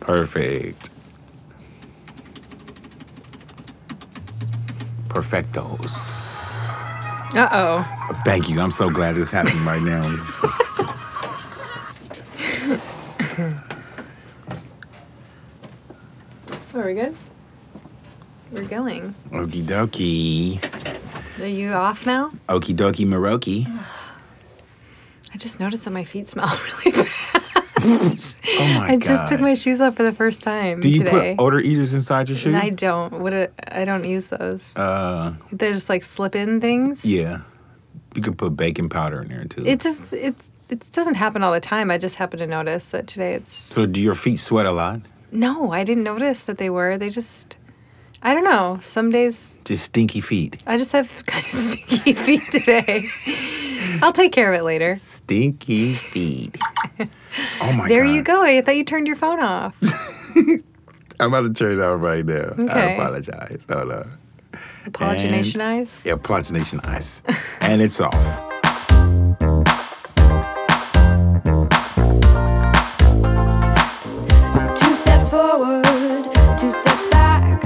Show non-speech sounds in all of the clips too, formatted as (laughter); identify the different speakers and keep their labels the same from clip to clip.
Speaker 1: Perfect. Perfectos.
Speaker 2: Uh oh.
Speaker 1: Thank you. I'm so glad it's happening right (laughs) now.
Speaker 2: Are we Oh, good? We're going.
Speaker 1: Okie dokie.
Speaker 2: Are you off now?
Speaker 1: Okie dokie Maroki.
Speaker 2: I just noticed that my feet smell (laughs) really bad.
Speaker 1: Oh my
Speaker 2: I
Speaker 1: god.
Speaker 2: just took my shoes off for the first time
Speaker 1: Do you
Speaker 2: today.
Speaker 1: put odor eaters inside your shoe?
Speaker 2: I don't. What? A, I don't use those.
Speaker 1: uh
Speaker 2: They're just like slip-in things.
Speaker 1: yeah. You could put baking powder in there too.
Speaker 2: It just it's it doesn't happen all the time. I just happen to notice that today it's
Speaker 1: so do your feet sweat a lot?
Speaker 2: No, I didn't notice that they were. They just, I don't know. Some days
Speaker 1: Just stinky feet.
Speaker 2: I just have (laughs) kind of sticky feet
Speaker 1: (laughs)
Speaker 2: today. I'll take care of it later.
Speaker 1: Stinky
Speaker 2: (laughs)
Speaker 1: feet. oh my
Speaker 2: There
Speaker 1: god.
Speaker 2: you go. I thought you turned your phone off.
Speaker 1: I'm about to turn it on right now. I
Speaker 2: Okay.
Speaker 1: apologize. Hold on.
Speaker 2: Apologination eyes.
Speaker 1: Yeah, Plogination Ice. (laughs) and it's off.
Speaker 3: Two steps forward, two steps back.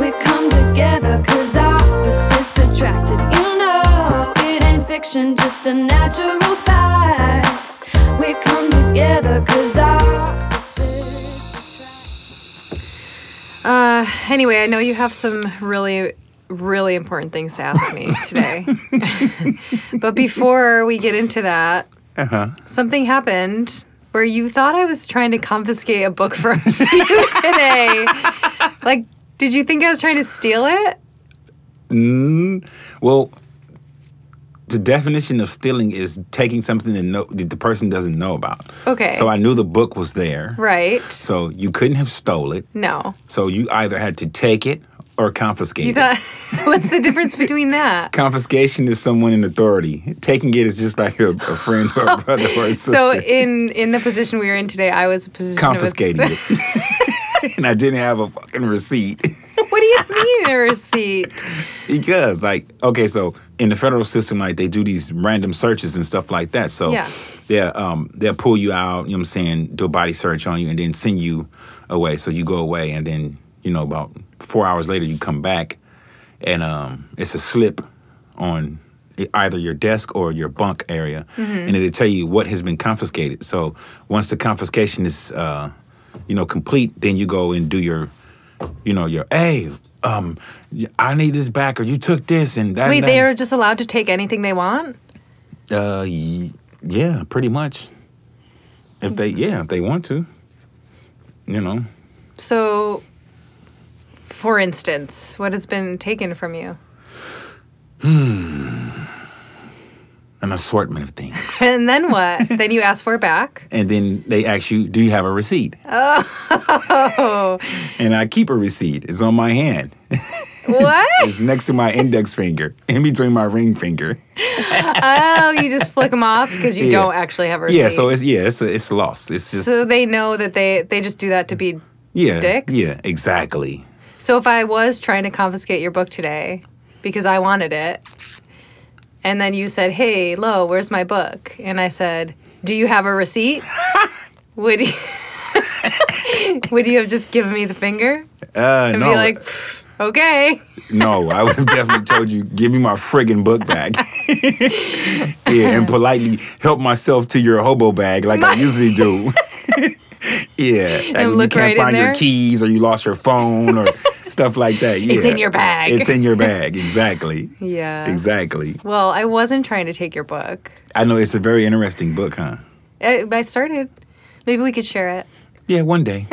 Speaker 3: We come together cause opposites attracted. You know, it ain't fiction, just a natural fact. We come together cause opposites attract.
Speaker 2: Uh, anyway, I know you have some really, really important things to ask me today. (laughs) but before we get into that, something happened where you thought I was trying to confiscate a book from (laughs) you today. like, did you think I was trying to steal it?
Speaker 1: Well, the definition of stealing is taking something that, no, that the person doesn't know about.
Speaker 2: Okay.
Speaker 1: So I knew the book was there.
Speaker 2: Right.
Speaker 1: So you couldn't have stole it.
Speaker 2: No.
Speaker 1: So you either had to take it or confiscate
Speaker 2: You
Speaker 1: it.
Speaker 2: thought, (laughs) what's the difference between that?
Speaker 1: Confiscation is someone in authority. Taking it is just like a, a friend
Speaker 2: (laughs)
Speaker 1: or a brother or a sister.
Speaker 2: Oh, So in in the position we were in today, I was a position of-
Speaker 1: confiscating it. (laughs) and I didn't have a fucking receipt.
Speaker 2: (laughs) What do you mean a receipt?
Speaker 1: because like okay so in the federal system like they do these random searches and stuff like that so
Speaker 2: Yeah.
Speaker 1: they'll, um, they'll pull you out you know what i'm saying do a body search on you and then send you away so you go away and then you know about four hours later you come back and um, it's a slip on e- either your desk or your bunk area and it'll tell you what has been confiscated so once the confiscation is uh, you know complete then you go and do your you know, your hey, um, I need this back, or you took this and that.
Speaker 2: Wait,
Speaker 1: and
Speaker 2: they are
Speaker 1: that.
Speaker 2: just allowed to take anything they want?
Speaker 1: Uh, y- yeah, pretty much. If they, yeah, if they want to, you know,
Speaker 2: So, for instance, what has been taken from you? (laughs)
Speaker 1: an assortment of things,
Speaker 2: And then what? then you ask for it
Speaker 1: (laughs)
Speaker 2: back?
Speaker 1: and then they ask you, "Do you have a receipt?" Oh.
Speaker 2: Oh.
Speaker 1: and I keep a receipt. It's on my hand.
Speaker 2: What?
Speaker 1: It's next to my index (laughs) finger, in between my ring finger.
Speaker 2: oh, you just flick them off because you
Speaker 1: Yeah.
Speaker 2: don't actually have a receipt.
Speaker 1: Yeah, so it's yeah, it's it's lost. It's just
Speaker 2: So they know that they they just do that to be.
Speaker 1: yeah,
Speaker 2: dicks?
Speaker 1: yeah, exactly.
Speaker 2: So if I was trying to confiscate your book today because I wanted it, and then you said, "Hey, Lo, where's my book?" and I said, "Do you have
Speaker 1: (laughs)
Speaker 2: a receipt?" would you, (laughs) would you have just given me the finger
Speaker 1: Uh,
Speaker 2: and
Speaker 1: no,
Speaker 2: be like, "Pfft, "Okay"?
Speaker 1: No, I would have definitely told you, give me my friggin' book
Speaker 2: (laughs)
Speaker 1: back. yeah, and politely help myself to your hobo bag like I usually
Speaker 2: (laughs)
Speaker 1: do. yeah. Like when
Speaker 2: look
Speaker 1: you can't
Speaker 2: right in
Speaker 1: find
Speaker 2: there?
Speaker 1: your keys or you lost your phone
Speaker 2: (laughs)
Speaker 1: or stuff like that. Yeah.
Speaker 2: It's in your bag.
Speaker 1: It's in your bag, exactly.
Speaker 2: (laughs) Yeah.
Speaker 1: Exactly.
Speaker 2: Well, I wasn't trying to take your book.
Speaker 1: I know it's a very interesting book, huh?
Speaker 2: I, I started. Maybe we could share it.
Speaker 1: Yeah, one day.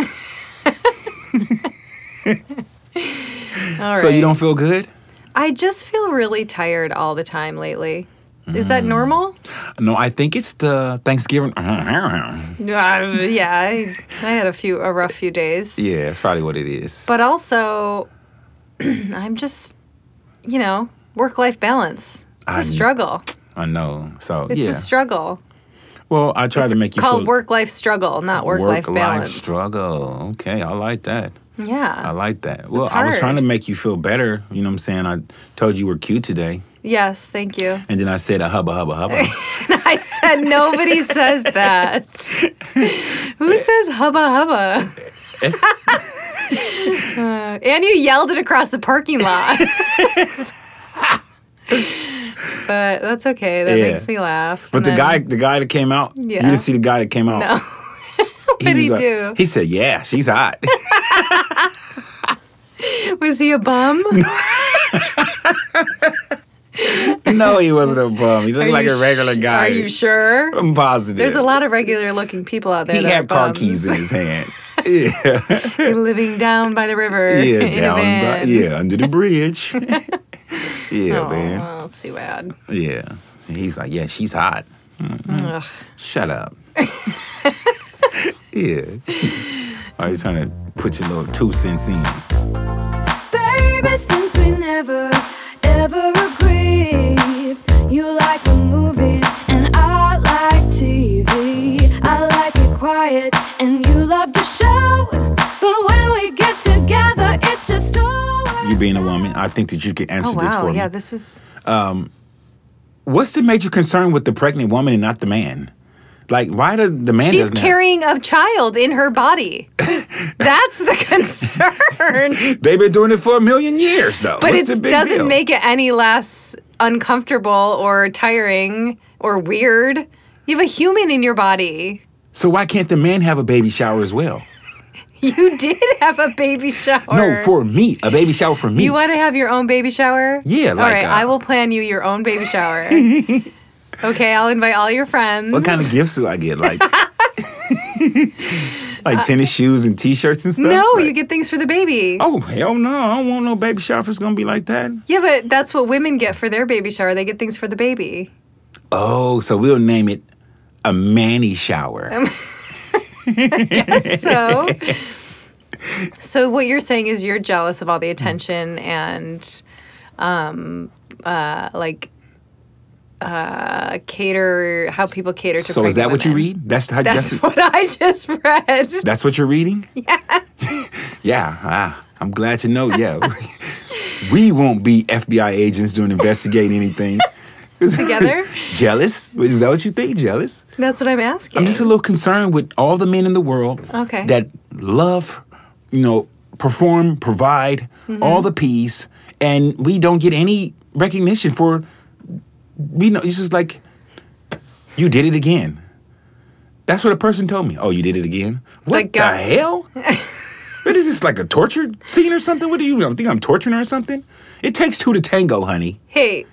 Speaker 2: (laughs) All right.
Speaker 1: so you don't feel good?
Speaker 2: I just feel really tired all the time lately. Is
Speaker 1: Mm.
Speaker 2: that normal?
Speaker 1: No, I think it's the Thanksgiving. (laughs)
Speaker 2: Uh, yeah, I, I had a few a rough few days.
Speaker 1: yeah, that's probably what it is.
Speaker 2: But also, (clears throat) I'm just, you know, work life balance. It's a
Speaker 1: I-
Speaker 2: struggle.
Speaker 1: I know. So
Speaker 2: It's
Speaker 1: yeah.
Speaker 2: a struggle.
Speaker 1: well, I try to make you
Speaker 2: Called
Speaker 1: feel
Speaker 2: work life struggle, not work life balance.
Speaker 1: struggle. Okay, I like that. I
Speaker 2: Yeah.
Speaker 1: like that. Well,
Speaker 2: It's
Speaker 1: I was
Speaker 2: hard.
Speaker 1: trying to make you feel better. You know what I'm saying? I told you we're cute today.
Speaker 2: Yes, thank you.
Speaker 1: And then I said a hubba hubba
Speaker 2: (laughs)
Speaker 1: hubba.
Speaker 2: I said nobody says
Speaker 1: (laughs)
Speaker 2: that. Who says hubba hubba?
Speaker 1: It's-
Speaker 2: And you yelled it across the
Speaker 1: (laughs)
Speaker 2: parking lot. but that's okay. That
Speaker 1: Yeah.
Speaker 2: makes me laugh.
Speaker 1: but
Speaker 2: And
Speaker 1: the
Speaker 2: then-
Speaker 1: guy, the guy that came out, you
Speaker 2: Yeah.
Speaker 1: didn't see the guy that came out.
Speaker 2: No. (laughs) what did he
Speaker 1: was
Speaker 2: do?
Speaker 1: He said, "Yeah, she's hot." (laughs)
Speaker 2: Was he a
Speaker 1: (laughs)
Speaker 2: bum?
Speaker 1: no, he wasn't a bum. He looked
Speaker 2: Are
Speaker 1: like
Speaker 2: you
Speaker 1: a regular
Speaker 2: sh-
Speaker 1: guy.
Speaker 2: Are you sure?
Speaker 1: I'm positive.
Speaker 2: There's a lot of regular looking people out there.
Speaker 1: He
Speaker 2: that
Speaker 1: had
Speaker 2: are
Speaker 1: car
Speaker 2: bums.
Speaker 1: keys in his hand. (laughs) Yeah,
Speaker 2: (laughs) living down by the river.
Speaker 1: yeah,
Speaker 2: in
Speaker 1: down,
Speaker 2: a van.
Speaker 1: by, yeah, under the bridge. (laughs) yeah,
Speaker 2: Oh,
Speaker 1: man.
Speaker 2: well, that's too bad.
Speaker 1: Yeah, he's like, "Yeah, she's hot." Mm.
Speaker 2: Ugh.
Speaker 1: Shut (laughs) up. yeah. Are you trying to put your little two cents in?
Speaker 3: Baby, since we never ever agreed, you like the movies and I like TV. I like it quiet and you love to shout. But when we get together, it's just over.
Speaker 1: You being a woman, I think that you can answer
Speaker 2: Oh
Speaker 1: this
Speaker 2: wow.
Speaker 1: for
Speaker 2: Yeah,
Speaker 1: me.
Speaker 2: this is
Speaker 1: What's the major concern with the pregnant woman and not the man? Like, why does the man?
Speaker 2: She's
Speaker 1: doesn't have-
Speaker 2: carrying a child in
Speaker 1: (laughs)
Speaker 2: her body. That's the concern.
Speaker 1: They've been doing it for a million years, though.
Speaker 2: but
Speaker 1: What's the
Speaker 2: it
Speaker 1: big
Speaker 2: doesn't
Speaker 1: deal?
Speaker 2: make it any less uncomfortable or tiring or weird. You have a human in your body.
Speaker 1: So why can't the man have a baby shower as well?
Speaker 2: You (laughs) did have a baby shower.
Speaker 1: No, for me, a baby shower for me.
Speaker 2: You want to have your own baby shower?
Speaker 1: Yeah,
Speaker 2: all
Speaker 1: like,
Speaker 2: right,
Speaker 1: uh,
Speaker 2: I will plan you your own baby
Speaker 1: (laughs)
Speaker 2: shower. okay, I'll invite all your friends.
Speaker 1: what kind of gifts do I get?
Speaker 2: (laughs)
Speaker 1: Like, like tennis shoes and T-shirts and stuff.
Speaker 2: Uh, No,
Speaker 1: Like-
Speaker 2: you get things for the baby.
Speaker 1: Oh hell no! I don't want no baby shower. If it's gonna be like that.
Speaker 2: Yeah, but that's what women get for their baby shower. They get things for the baby.
Speaker 1: Oh, so we'll name it a Manny shower. (laughs)
Speaker 2: so so what you're saying is you're jealous of all the attention
Speaker 1: Mm-hmm.
Speaker 2: and um uh like uh cater how people cater to
Speaker 1: So is that
Speaker 2: pregnant
Speaker 1: what you
Speaker 2: women.
Speaker 1: read? That's how.
Speaker 2: that's
Speaker 1: That's
Speaker 2: (laughs)
Speaker 1: that's,
Speaker 2: what i just read
Speaker 1: what you're reading. Yeah. (laughs) yeah. Ah, I'm glad to know. Yeah. (laughs) we won't be FBI agents doing investigating anything.
Speaker 2: together
Speaker 1: (laughs) jealous? Is that what you think? Jealous?
Speaker 2: that's what i'm asking
Speaker 1: I'm just a little concerned with all the men in the world
Speaker 2: Okay.
Speaker 1: that love, you know, perform, provide
Speaker 2: Mm-hmm.
Speaker 1: all the peace, and we don't get any recognition for. We know it's just like you did it again. That's what a person told me. Oh, you did it again. What
Speaker 2: Like,
Speaker 1: the
Speaker 2: uh, (laughs)
Speaker 1: hell? what is this like a torture scene or something? What do you think I'm torturing her or something? It takes two to tango, honey.
Speaker 2: hey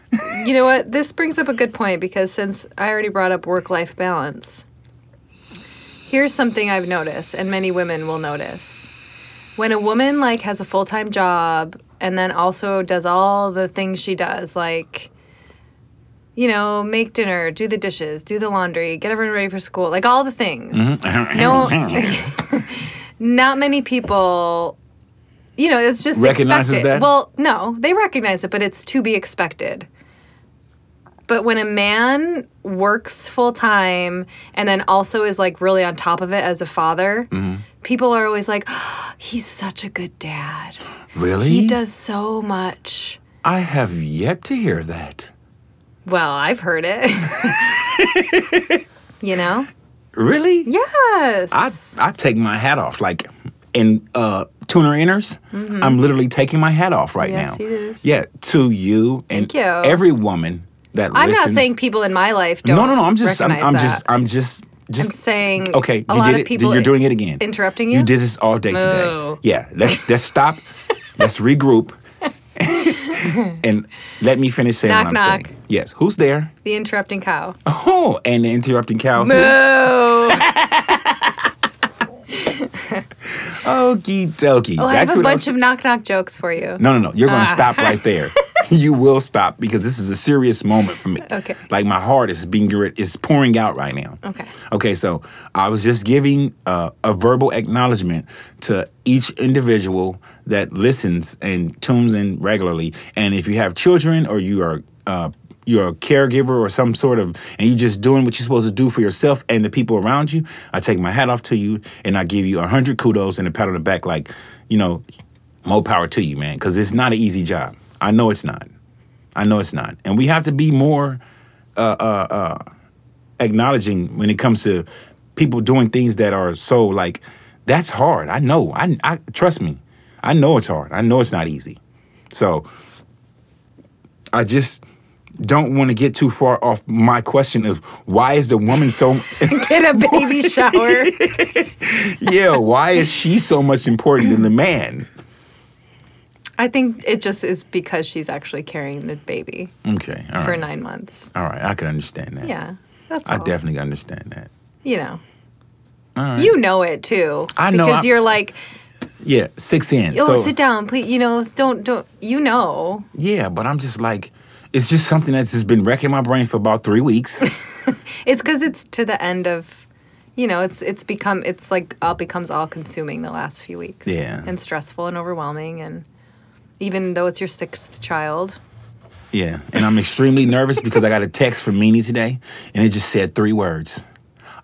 Speaker 2: you know what this brings up a good point because since i already brought up work-life balance here's something i've noticed and many women will notice when a woman like has a full-time job and then also does all the things she does like you know make dinner do the dishes do the laundry get everyone ready for school like all the things no (laughs) not many people you know it's just
Speaker 1: Recognizes
Speaker 2: expected
Speaker 1: that?
Speaker 2: well no they recognize it but it's to be expected but when a man works full time and then also is like really on top of it as a father
Speaker 1: Mm-hmm.
Speaker 2: people are always like "Oh, he's such a good dad
Speaker 1: Really?
Speaker 2: he does so much
Speaker 1: I have yet to hear that.
Speaker 2: well i've heard
Speaker 1: (laughs)
Speaker 2: it you know
Speaker 1: Really?
Speaker 2: yes
Speaker 1: I I take my hat off like in uh tuner inners. I'm literally taking my hat off right
Speaker 2: Mm-hmm. Yes,
Speaker 1: now.
Speaker 2: it is.
Speaker 1: Yeah, to you and
Speaker 2: Thank you.
Speaker 1: every woman that
Speaker 2: am
Speaker 1: listens.
Speaker 2: not saying people in my life don't
Speaker 1: no, no, no. I'm just I'm,
Speaker 2: recognize
Speaker 1: I'm
Speaker 2: that.
Speaker 1: just I'm just just
Speaker 2: I'm saying
Speaker 1: okay.
Speaker 2: a
Speaker 1: you
Speaker 2: lot
Speaker 1: did
Speaker 2: of
Speaker 1: it.
Speaker 2: people
Speaker 1: You're doing it again.
Speaker 2: interrupting you?
Speaker 1: You did this all day today.
Speaker 2: Moo.
Speaker 1: Yeah. Let's let's
Speaker 2: (laughs)
Speaker 1: stop. let's regroup. and let me finish saying
Speaker 2: Knock,
Speaker 1: what I'm
Speaker 2: knock.
Speaker 1: saying. Yes. Who's there?
Speaker 2: the interrupting
Speaker 1: (laughs)
Speaker 2: cow.
Speaker 1: Oh, and the interrupting cow.
Speaker 2: Boo!
Speaker 1: Okie dokie.
Speaker 2: Oh, I
Speaker 1: That's
Speaker 2: have a
Speaker 1: what I
Speaker 2: bunch
Speaker 1: was-
Speaker 2: of knock knock jokes for you. Ah.
Speaker 1: No, no, no. You're going to stop right
Speaker 2: (laughs)
Speaker 1: there. you will stop because this is a serious moment for me.
Speaker 2: Okay.
Speaker 1: Like my heart is being is pouring out right now.
Speaker 2: Okay. (laughs)
Speaker 1: Okay, so I was just giving uh, a verbal acknowledgement to each individual that listens and tunes in regularly. And if you have children or you are uh, you're a caregiver or some sort of, and you're just doing what you're supposed to do for yourself and the people around you, I take my hat off to you and I give you a hundred kudos and a pat on the back, like you know, more power to you, man, because it's not an easy job. I know it's not. I know it's not. And we have to be more acknowledging when it comes to people doing things that are so like that's hard. I know. I, I trust me. I know it's hard. I know it's not easy. So I just don't want to get too far off my question of why is the woman so
Speaker 2: Get a baby shower.
Speaker 1: (laughs) yeah why is she so much important than the man
Speaker 2: I think it just is because she's actually carrying the baby
Speaker 1: okay all right
Speaker 2: for nine months.
Speaker 1: all right I can understand that
Speaker 2: Yeah, that's
Speaker 1: I
Speaker 2: all.
Speaker 1: definitely understand that
Speaker 2: you know. You know it too.
Speaker 1: I know,
Speaker 2: because
Speaker 1: I-
Speaker 2: you're like,
Speaker 1: yeah six in so,
Speaker 2: oh, sit down, please. You know, don't don't. You know,
Speaker 1: yeah but I'm just like it's just something that's just been wrecking my brain for about three weeks
Speaker 2: it's because it's to the end of, you know, it's it's become it's like all becomes all consuming the last few weeks.
Speaker 1: Yeah.
Speaker 2: and stressful and overwhelming, and even though it's your sixth child,
Speaker 1: Yeah, and I'm extremely nervous because I got a text from Meanie today, and it just said three words: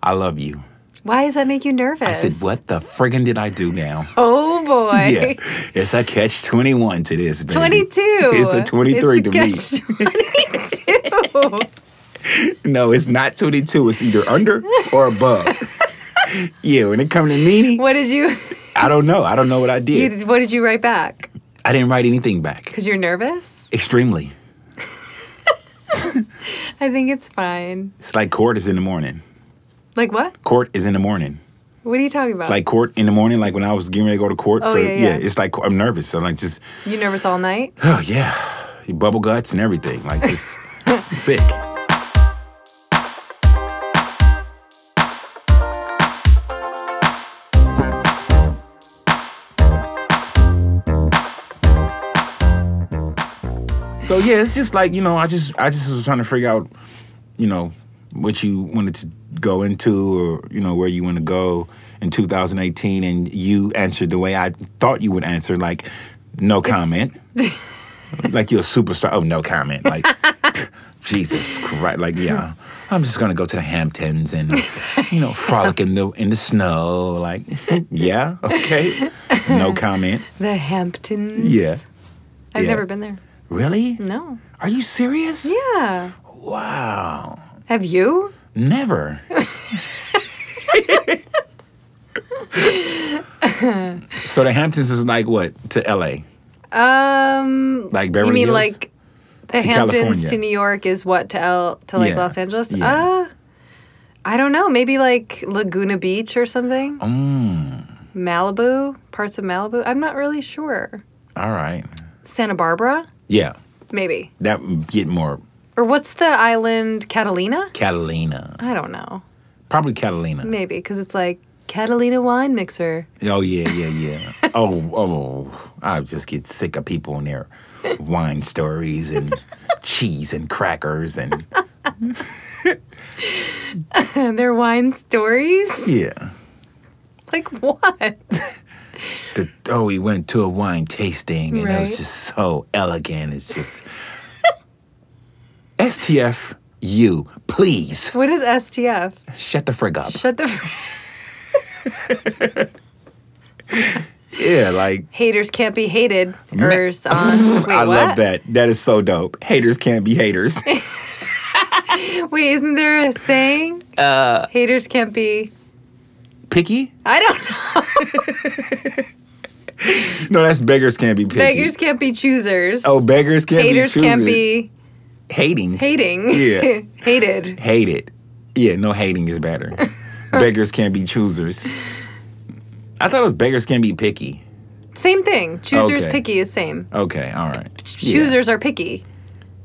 Speaker 1: "I love you."
Speaker 2: why does that make you nervous?
Speaker 1: I said, "What the friggin' did I do now?"
Speaker 2: Oh boy.
Speaker 1: (laughs)
Speaker 2: (laughs)
Speaker 1: yeah, it's a catch twenty-one to this. baby. (laughs)
Speaker 2: 22.
Speaker 1: It's a twenty-three to
Speaker 2: It's a (laughs) catch 22.
Speaker 1: me. No, it's not twenty-two. It's either under or
Speaker 2: (laughs)
Speaker 1: above. yeah, when it comes to Meanie,
Speaker 2: what did you,
Speaker 1: I don't know. I don't know what I did.
Speaker 2: you what did you write back?
Speaker 1: I didn't write anything back.
Speaker 2: Cuz you're nervous?
Speaker 1: Extremely.
Speaker 2: I think it's fine.
Speaker 1: It's like court is in the morning.
Speaker 2: Like what?
Speaker 1: Court is in the morning.
Speaker 2: What are you talking about?
Speaker 1: Like court in the morning. Like when I was getting ready to go to court.
Speaker 2: Oh,
Speaker 1: for,
Speaker 2: yeah, yeah.
Speaker 1: It's like I'm nervous. I'm like just.
Speaker 2: you nervous all night?
Speaker 1: Oh yeah, your bubble guts and everything, like just sick. So yeah, it's just like you know, I just I just was trying to figure out, you know, what you wanted to go into or you know where you want to go in 2018, and you answered the way I thought you would answer, like no comment, like you're a superstar. Oh, no comment,
Speaker 2: (laughs)
Speaker 1: like Jesus Christ, like yeah. I'm just gonna go to the Hamptons and you know frolic in the in the snow, like (laughs) yeah, okay, no comment,
Speaker 2: The Hamptons.
Speaker 1: yeah,
Speaker 2: I've
Speaker 1: yeah.
Speaker 2: never been there.
Speaker 1: really,
Speaker 2: No.
Speaker 1: Are you serious?
Speaker 2: Yeah.
Speaker 1: Wow.
Speaker 2: Have you?
Speaker 1: Never. so the Hamptons is like what to LA?
Speaker 2: Um
Speaker 1: Like Beverly
Speaker 2: You mean
Speaker 1: Hills?
Speaker 2: like the Hamptons
Speaker 1: California.
Speaker 2: to New York is what to L to like
Speaker 1: Yeah.
Speaker 2: Los Angeles?
Speaker 1: Yeah.
Speaker 2: Uh I don't know. Maybe like Laguna Beach or something.
Speaker 1: Mm.
Speaker 2: Malibu, parts of Malibu. I'm not really sure.
Speaker 1: All right.
Speaker 2: Santa Barbara,
Speaker 1: Yeah,
Speaker 2: maybe.
Speaker 1: that would get more
Speaker 2: Or what's the island Catalina?
Speaker 1: Catalina.
Speaker 2: I don't know.
Speaker 1: Probably Catalina.
Speaker 2: Maybe because it's like Catalina wine mixer. (laughs)
Speaker 1: Oh yeah, yeah, yeah. oh, oh, I just get sick of people and their wine stories and cheese and crackers and
Speaker 2: And their wine stories? (laughs)
Speaker 1: yeah.
Speaker 2: Like what?
Speaker 1: the oh we went to a wine tasting and it was
Speaker 2: Right.
Speaker 1: just so elegant it's just stf you please
Speaker 2: What is STF?
Speaker 1: shut the frig up
Speaker 2: Shut the (laughs) fr-
Speaker 1: yeah like
Speaker 2: haters can't be hated.
Speaker 1: Ma- (laughs)
Speaker 2: Or on. Wait,
Speaker 1: i love
Speaker 2: what?
Speaker 1: that that is so dope haters can't be haters
Speaker 2: Wait, isn't there a saying? Uh, haters can't be.
Speaker 1: (laughs) picky
Speaker 2: I don't know.
Speaker 1: no that's beggars can't be picky
Speaker 2: Beggars can't be choosers.
Speaker 1: oh beggars can't
Speaker 2: haters
Speaker 1: be
Speaker 2: can't
Speaker 1: choosers.
Speaker 2: be
Speaker 1: hating
Speaker 2: hating.
Speaker 1: Yeah.
Speaker 2: (laughs) Hated.
Speaker 1: hate it yeah no hating is
Speaker 2: (laughs)
Speaker 1: better beggars can't be choosers i thought it was beggars can't be picky
Speaker 2: Same thing. Choosers
Speaker 1: Okay.
Speaker 2: picky is same.
Speaker 1: okay all right Yeah.
Speaker 2: Choosers are picky.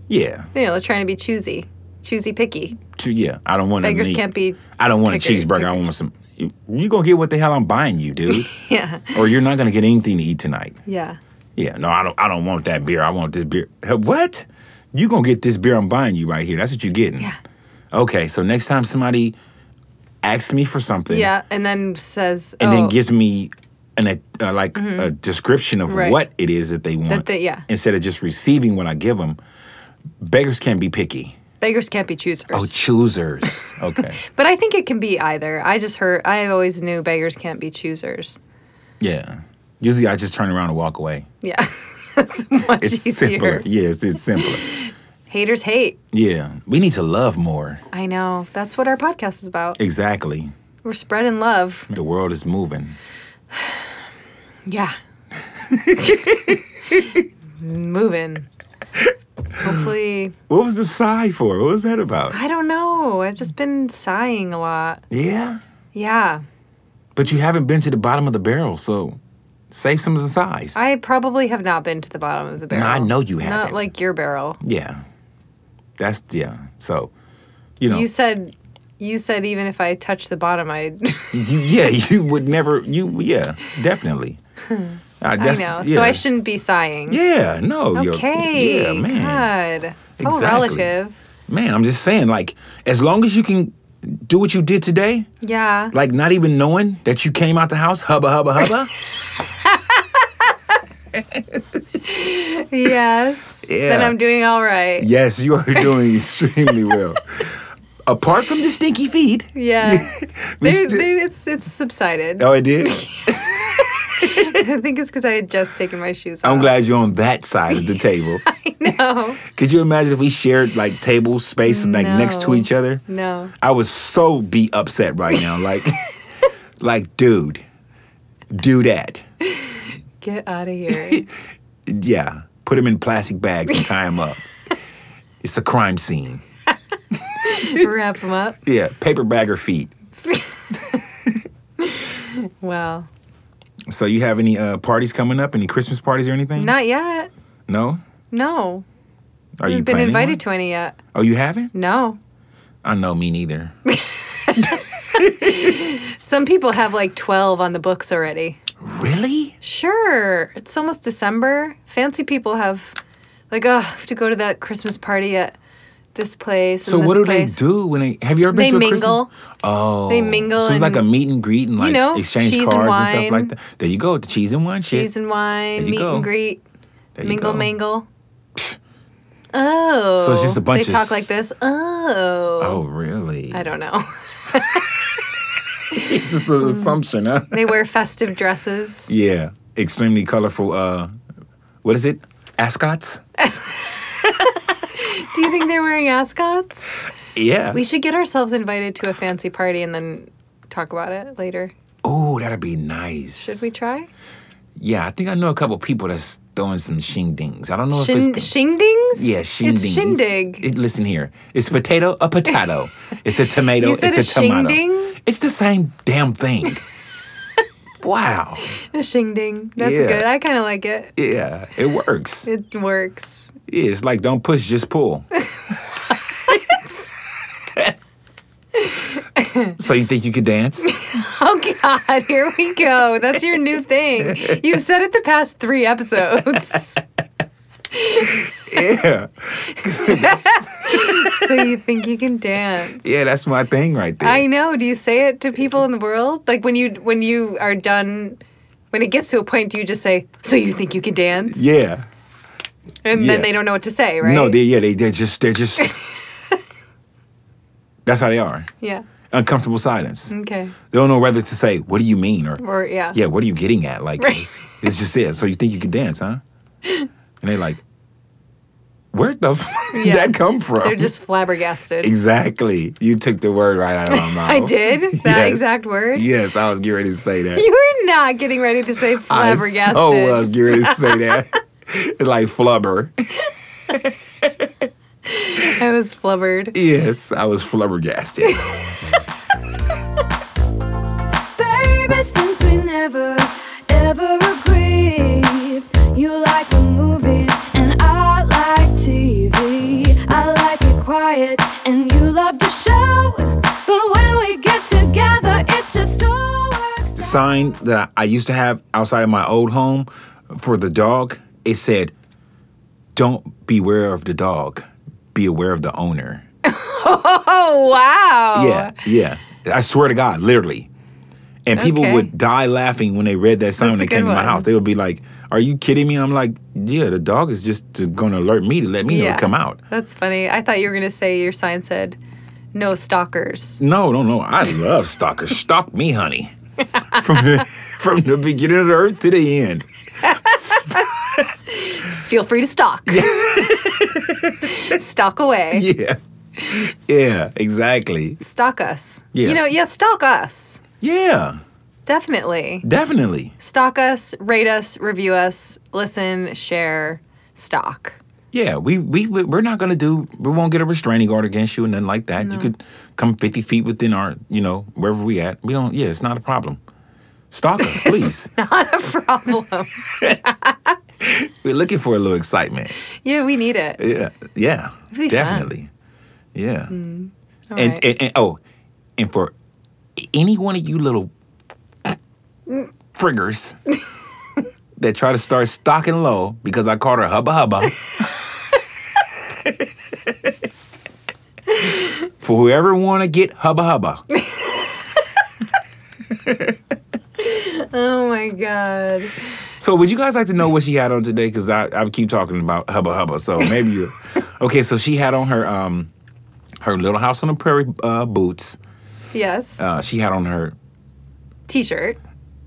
Speaker 1: yeah
Speaker 2: You know, they're trying to be choosy. Choosy picky.
Speaker 1: Ch- yeah, I don't want
Speaker 2: Beggars
Speaker 1: a meat.
Speaker 2: can't be (laughs)
Speaker 1: I don't want
Speaker 2: pickers.
Speaker 1: a cheeseburger. I want some. You, you gonna get what the hell I'm buying you,
Speaker 2: (laughs)
Speaker 1: dude?
Speaker 2: Yeah.
Speaker 1: or you're not gonna get anything to eat tonight.
Speaker 2: Yeah.
Speaker 1: Yeah, no, I don't. I don't want that beer. I want this beer. Huh, What? You gonna get this beer I'm buying you right here? That's what you're getting.
Speaker 2: Yeah.
Speaker 1: Okay, so next time somebody asks me for something,
Speaker 2: Yeah. And then says,
Speaker 1: and
Speaker 2: oh, Mm-hmm.
Speaker 1: then gives me an a, uh, like a description of
Speaker 2: Right.
Speaker 1: what it is that they want,
Speaker 2: they- yeah.
Speaker 1: instead of just receiving what I give them, beggars can't be picky.
Speaker 2: beggars can't be choosers.
Speaker 1: Oh, choosers. (laughs) Okay.
Speaker 2: but I think it can be either. I just heard, I always knew beggars can't be choosers.
Speaker 1: Yeah.
Speaker 2: (laughs)
Speaker 1: Usually I just turn around and walk away.
Speaker 2: Yeah. That's much
Speaker 1: It's
Speaker 2: easier.
Speaker 1: simpler. Yes, it's simpler.
Speaker 2: Haters hate.
Speaker 1: Yeah, we need to love more.
Speaker 2: I know. That's what our podcast is about.
Speaker 1: Exactly.
Speaker 2: We're spreading love.
Speaker 1: The world is moving.
Speaker 2: Yeah. (laughs) Moving. Hopefully,
Speaker 1: What was the sigh for? What was that about?
Speaker 2: I don't know. I've just been sighing a lot.
Speaker 1: Yeah,
Speaker 2: Yeah.
Speaker 1: but you haven't been to the bottom of the barrel, so save some of the sighs.
Speaker 2: I probably have not been to the bottom of the barrel.
Speaker 1: I know you
Speaker 2: Not
Speaker 1: haven't.
Speaker 2: like your barrel.
Speaker 1: yeah, that's yeah. So, you know,
Speaker 2: You said you said even if I touch the bottom I'd (laughs)
Speaker 1: you, yeah, (laughs) you would never. You yeah,
Speaker 2: (laughs)
Speaker 1: definitely. Uh,
Speaker 2: I
Speaker 1: that's-
Speaker 2: know.
Speaker 1: yeah.
Speaker 2: So I shouldn't be sighing.
Speaker 1: Yeah, no. you're-
Speaker 2: Okay.
Speaker 1: Yeah, man.
Speaker 2: God. It's all
Speaker 1: Exactly.
Speaker 2: relative.
Speaker 1: Man, I'm just saying, like, as long as you can do what you did today,
Speaker 2: Yeah.
Speaker 1: like not even knowing that you came out the house, hubba hubba
Speaker 2: (laughs)
Speaker 1: hubba.
Speaker 2: yes. Then
Speaker 1: Yeah.
Speaker 2: I'm doing all right.
Speaker 1: yes, you are doing extremely well. Apart from the stinky
Speaker 2: (laughs)
Speaker 1: feet.
Speaker 2: Yeah.
Speaker 1: we
Speaker 2: They-
Speaker 1: sti-
Speaker 2: they- it's it's subsided.
Speaker 1: oh, I did.
Speaker 2: (laughs) I think it's because I had just taken my shoes off.
Speaker 1: I'm glad you're on that side of the
Speaker 2: (laughs)
Speaker 1: table.
Speaker 2: No.
Speaker 1: Could you imagine if we shared like table space like next to
Speaker 2: No.
Speaker 1: each other?
Speaker 2: No.
Speaker 1: I would so be upset right now.
Speaker 2: (laughs)
Speaker 1: Like, like, dude, do that.
Speaker 2: Get out of
Speaker 1: (laughs)
Speaker 2: here.
Speaker 1: Yeah, put them in plastic bags and tie them up. it's a crime scene.
Speaker 2: Wrap them up.
Speaker 1: Yeah, paper bagger feet.
Speaker 2: Well,
Speaker 1: So you have any uh, parties coming up? Any Christmas parties or anything?
Speaker 2: not yet.
Speaker 1: No.
Speaker 2: No.
Speaker 1: Are you
Speaker 2: I've been
Speaker 1: planning
Speaker 2: invited
Speaker 1: one?
Speaker 2: to any yet.
Speaker 1: Oh, you haven't?
Speaker 2: No.
Speaker 1: I know me
Speaker 2: (laughs)
Speaker 1: neither.
Speaker 2: Some people have like 12 on the books already.
Speaker 1: really?
Speaker 2: Sure. It's almost December. Fancy people have like, oh, I have to go to that Christmas party at this place. And
Speaker 1: So
Speaker 2: this
Speaker 1: what do
Speaker 2: place.
Speaker 1: they do when they? Have you ever been
Speaker 2: They
Speaker 1: to a
Speaker 2: mingle.
Speaker 1: Christmas? Oh,
Speaker 2: They mingle
Speaker 1: So it's like a
Speaker 2: and-
Speaker 1: meet and greet and like
Speaker 2: know,
Speaker 1: exchange
Speaker 2: cheese and
Speaker 1: cards stuff like
Speaker 2: wine.
Speaker 1: that. There you go, the cheese and wine shit.
Speaker 2: Cheese and wine,
Speaker 1: There you
Speaker 2: meet
Speaker 1: go.
Speaker 2: and greet,
Speaker 1: There you
Speaker 2: mingle,
Speaker 1: go.
Speaker 2: mingle. (laughs) Oh.
Speaker 1: So it's just a bunch
Speaker 2: They
Speaker 1: of
Speaker 2: talk
Speaker 1: s-
Speaker 2: like this. Oh.
Speaker 1: Oh, really?
Speaker 2: I don't know. (laughs)
Speaker 1: It's just an assumption, huh?
Speaker 2: they wear festive dresses.
Speaker 1: Yeah, extremely colorful. Uh, what is it? Ascots?
Speaker 2: Do you think they're wearing ascots?
Speaker 1: Yeah.
Speaker 2: We should get ourselves invited to a fancy party and then talk about it later.
Speaker 1: oh, that'd be nice.
Speaker 2: Should we try?
Speaker 1: Yeah, I think I know a couple people that's throwing some shingdings. I don't know
Speaker 2: Shin-
Speaker 1: if it's
Speaker 2: shingdings?
Speaker 1: yeah shingdings.
Speaker 2: It's shindig.
Speaker 1: It- listen here, it's potato a
Speaker 2: (laughs)
Speaker 1: potato. it's a tomato.
Speaker 2: You said
Speaker 1: it's a
Speaker 2: a
Speaker 1: tomato.
Speaker 2: shingding?
Speaker 1: It's the same damn
Speaker 2: (laughs)
Speaker 1: thing. wow.
Speaker 2: A shingding. That's
Speaker 1: Yeah.
Speaker 2: good. I kind of like it.
Speaker 1: Yeah, it works.
Speaker 2: It works.
Speaker 1: Yeah, it's like don't push, just
Speaker 2: (laughs)
Speaker 1: pull. so you think you could dance?
Speaker 2: (laughs) Oh, God. Here we go. That's your new thing. You've said it the past three episodes.
Speaker 1: Yeah.
Speaker 2: (laughs) so you think you can dance.
Speaker 1: Yeah, that's my thing right there.
Speaker 2: I know. Do you say it to people in the world? Like when you when you are done, when it gets to a point, do you just say, "So you think you can dance?"
Speaker 1: yeah.
Speaker 2: and
Speaker 1: yeah.
Speaker 2: then they don't know what to say, right?
Speaker 1: No, they yeah, they they're just they're
Speaker 2: (laughs)
Speaker 1: just That's how they are.
Speaker 2: yeah.
Speaker 1: Uncomfortable silence.
Speaker 2: Okay.
Speaker 1: They don't know whether to say, What do you mean? or
Speaker 2: Or yeah.
Speaker 1: Yeah, what are you getting at? Like
Speaker 2: Right.
Speaker 1: it's, it's just it. So you think you can dance,
Speaker 2: (laughs)
Speaker 1: huh? And they're like, Where the f- (laughs) did
Speaker 2: Yeah.
Speaker 1: that come from?
Speaker 2: They're just flabbergasted.
Speaker 1: Exactly. You took the word right out of my mouth.
Speaker 2: (laughs)
Speaker 1: (laughs)
Speaker 2: I did that
Speaker 1: Yes.
Speaker 2: exact word.
Speaker 1: Yes, I was getting ready to say that.
Speaker 2: You were not getting ready to say
Speaker 1: I
Speaker 2: flabbergasted.
Speaker 1: so was getting ready to say
Speaker 2: (laughs)
Speaker 1: that. (laughs) like flubber.
Speaker 2: (laughs) I was flubbered.
Speaker 1: Yes, I was flubbergasted.
Speaker 3: Baby, since we never ever agreed, you like the movies and I like TV. I like it quiet and you love to show, but when we get together, it just all works. out.
Speaker 1: Sign that I, I used to have outside of my old home for the dog, it said, Don't beware of the dog, be aware of the owner.
Speaker 2: Oh wow.
Speaker 1: Yeah, yeah. I swear to God, literally. And people
Speaker 2: Okay.
Speaker 1: would die laughing when they read that sign
Speaker 2: That's
Speaker 1: when
Speaker 2: a
Speaker 1: they came
Speaker 2: good
Speaker 1: to my
Speaker 2: one.
Speaker 1: house. They would be like, "Are you kidding me?" I'm like, "Yeah, the dog is just going to alert me to let me know
Speaker 2: Yeah.
Speaker 1: to come out."
Speaker 2: That's funny. I thought you were gonna say your sign said, "No stalkers."
Speaker 1: No, no, no. I love stalkers. Stalk me, honey. (laughs) From the from the beginning of the earth to the end.
Speaker 2: Feel free to stalk. (laughs) Stalk away.
Speaker 1: yeah. Yeah, exactly.
Speaker 2: Stalk us.
Speaker 1: Yeah.
Speaker 2: You know, yeah, stalk us.
Speaker 1: Yeah,
Speaker 2: Definitely.
Speaker 1: definitely.
Speaker 2: Stalk us, rate us, review us, listen, share, stalk. (laughs)
Speaker 1: Yeah, we we we- we're not gonna do. We won't get a restraining order against you and nothing like that. You could come fifty feet within our, you know, wherever we at. We don't. Yeah, it's not a problem. Stalk (laughs) us, please.
Speaker 2: Not a problem.
Speaker 1: We're looking for a little excitement.
Speaker 2: yeah, we need it.
Speaker 1: Yeah, yeah,
Speaker 2: be fun. Mm.
Speaker 1: definitely. Yeah,
Speaker 2: All
Speaker 1: and,
Speaker 2: right.
Speaker 1: and and oh, and for any one of you little
Speaker 2: (laughs)
Speaker 1: friggers that try to start stocking low because I called her hubba
Speaker 2: (laughs)
Speaker 1: hubba. for whoever want to get hubba hubba,
Speaker 2: oh my God.
Speaker 1: so would you guys like to know what she had on today? Because I, I keep talking about hubba hubba, so maybe
Speaker 2: (laughs)
Speaker 1: you. okay, so she had on her um her little house on the prairie uh, boots.
Speaker 2: Yes.
Speaker 1: Uh, she had on her
Speaker 2: T shirt.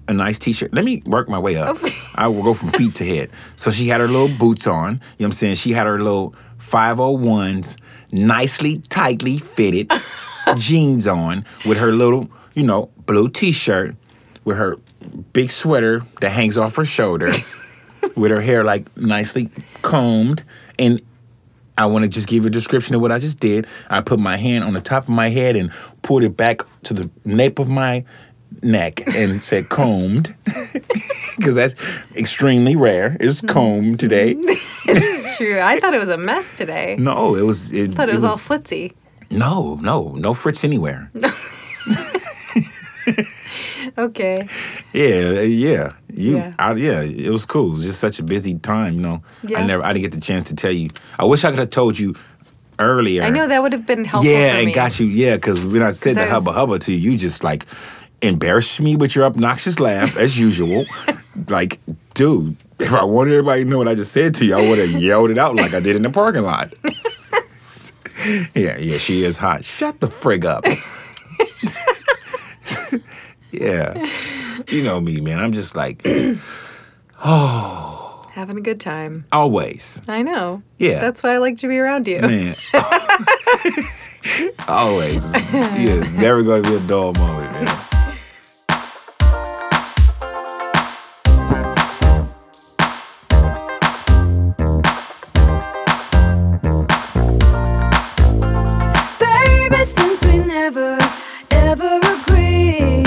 Speaker 1: a nice t-shirt. Let me work my way up. (laughs) I will go from feet to head. So she had her little boots on. You know what I'm saying? She had her little 501s, nicely, tightly fitted jeans on with her little, you know, blue t-shirt with her big sweater that hangs off her shoulder with her hair like nicely combed and I want to just give a description of what I just did. I put my hand on the top of my head and pulled it back to the nape of my neck and said combed (laughs) because that's extremely rare. It's combed today.
Speaker 2: It's true. I thought it was a mess today.
Speaker 1: (laughs) No, it was. It,
Speaker 2: thought it was, all flitzy.
Speaker 1: no, no, no fritz
Speaker 2: (laughs)
Speaker 1: anywhere.
Speaker 2: Okay.
Speaker 1: Yeah, yeah. You,
Speaker 2: Yeah.
Speaker 1: yeah. I, yeah, it was cool. It was just such a busy time, you know.
Speaker 2: Yeah.
Speaker 1: I never, I didn't get the chance to tell you. I wish I could have told you earlier.
Speaker 2: I know that would have been helpful.
Speaker 1: yeah,
Speaker 2: for
Speaker 1: and
Speaker 2: me.
Speaker 1: got you. Yeah, because when I said
Speaker 2: 'Cause I
Speaker 1: the
Speaker 2: was-
Speaker 1: hubba hubba to you, you just like embarrassed me with your obnoxious laugh as usual.
Speaker 2: (laughs)
Speaker 1: like, dude, if I wanted everybody to know what I just said to you, I would have yelled it out like I did in the parking
Speaker 2: (laughs)
Speaker 1: lot. yeah, yeah, she is hot. Shut the frig
Speaker 2: (laughs)
Speaker 1: up. yeah, you know me, man. I'm just like (clears throat)
Speaker 2: Having a good time.
Speaker 1: always.
Speaker 2: I know.
Speaker 1: Yeah.
Speaker 2: That's why I like to be around you. (laughs)
Speaker 1: Man. (laughs) Always. Yes, never going to be a dull moment, man.
Speaker 3: Baby, since we never ever agreed,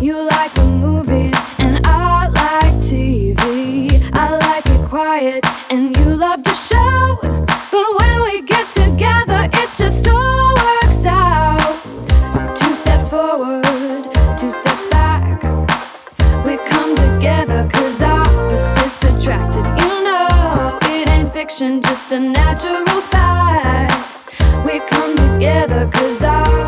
Speaker 3: you like the movies and I like TV. I like it quiet and you love to show. But when we get together, it just all works out. Two steps forward, two steps back. We come together cause opposites attracted. You know, it ain't fiction, just a natural fact. We come together cause opposites